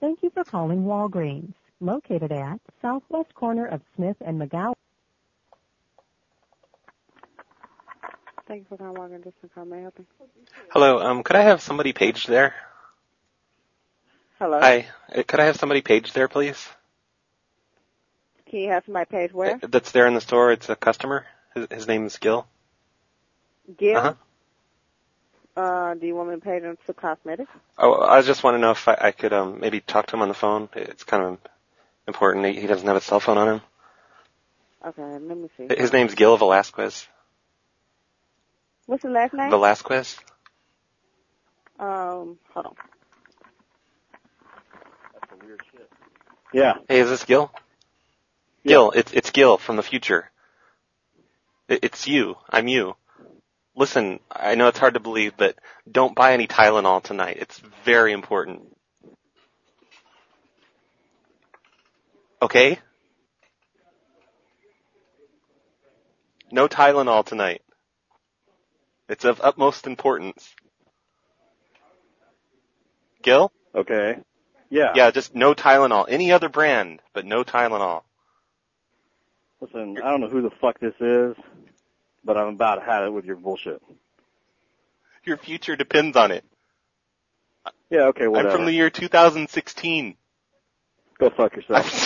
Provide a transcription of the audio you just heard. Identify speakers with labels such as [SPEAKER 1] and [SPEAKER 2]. [SPEAKER 1] Thank you for calling Walgreens, located at southwest corner of Smith and McGowan.
[SPEAKER 2] Thank you for calling Walgreens. This is Carl. May I help you?
[SPEAKER 3] Hello. Um, could I have somebody paged there?
[SPEAKER 2] Hello.
[SPEAKER 3] Hi. Uh, Could I have somebody paged there, please?
[SPEAKER 2] Can you have somebody page where?
[SPEAKER 3] Uh, That's there in the store. It's a customer. His, his name is Gil.
[SPEAKER 2] Gil.
[SPEAKER 3] Uh-huh.
[SPEAKER 2] Uh, do you want me to page them to cosmetics?
[SPEAKER 3] Oh, I just want to know if I, I could um maybe talk to him on the phone. It's kind of important. He, he doesn't have a cell phone on him.
[SPEAKER 2] Okay, let me see.
[SPEAKER 3] His name's Gil Velasquez.
[SPEAKER 2] What's the last name?
[SPEAKER 3] Velasquez.
[SPEAKER 2] um, hold on.
[SPEAKER 4] Yeah.
[SPEAKER 3] Hey, is this Gil? Gil, it's it's Gil from the future. It, it's you. I'm you. Listen, I know it's hard to believe, but don't buy any Tylenol tonight. It's very important. Okay? No Tylenol tonight. It's of utmost importance. Gil?
[SPEAKER 4] Okay. Yeah.
[SPEAKER 3] Yeah, just no Tylenol. Any other brand, but no Tylenol.
[SPEAKER 4] Listen, I don't know who the fuck this is, but I'm about to have it with your bullshit.
[SPEAKER 3] Your future depends on it.
[SPEAKER 4] Yeah. Okay. Whatever.
[SPEAKER 3] I'm from the year 2016.
[SPEAKER 4] Go fuck yourself.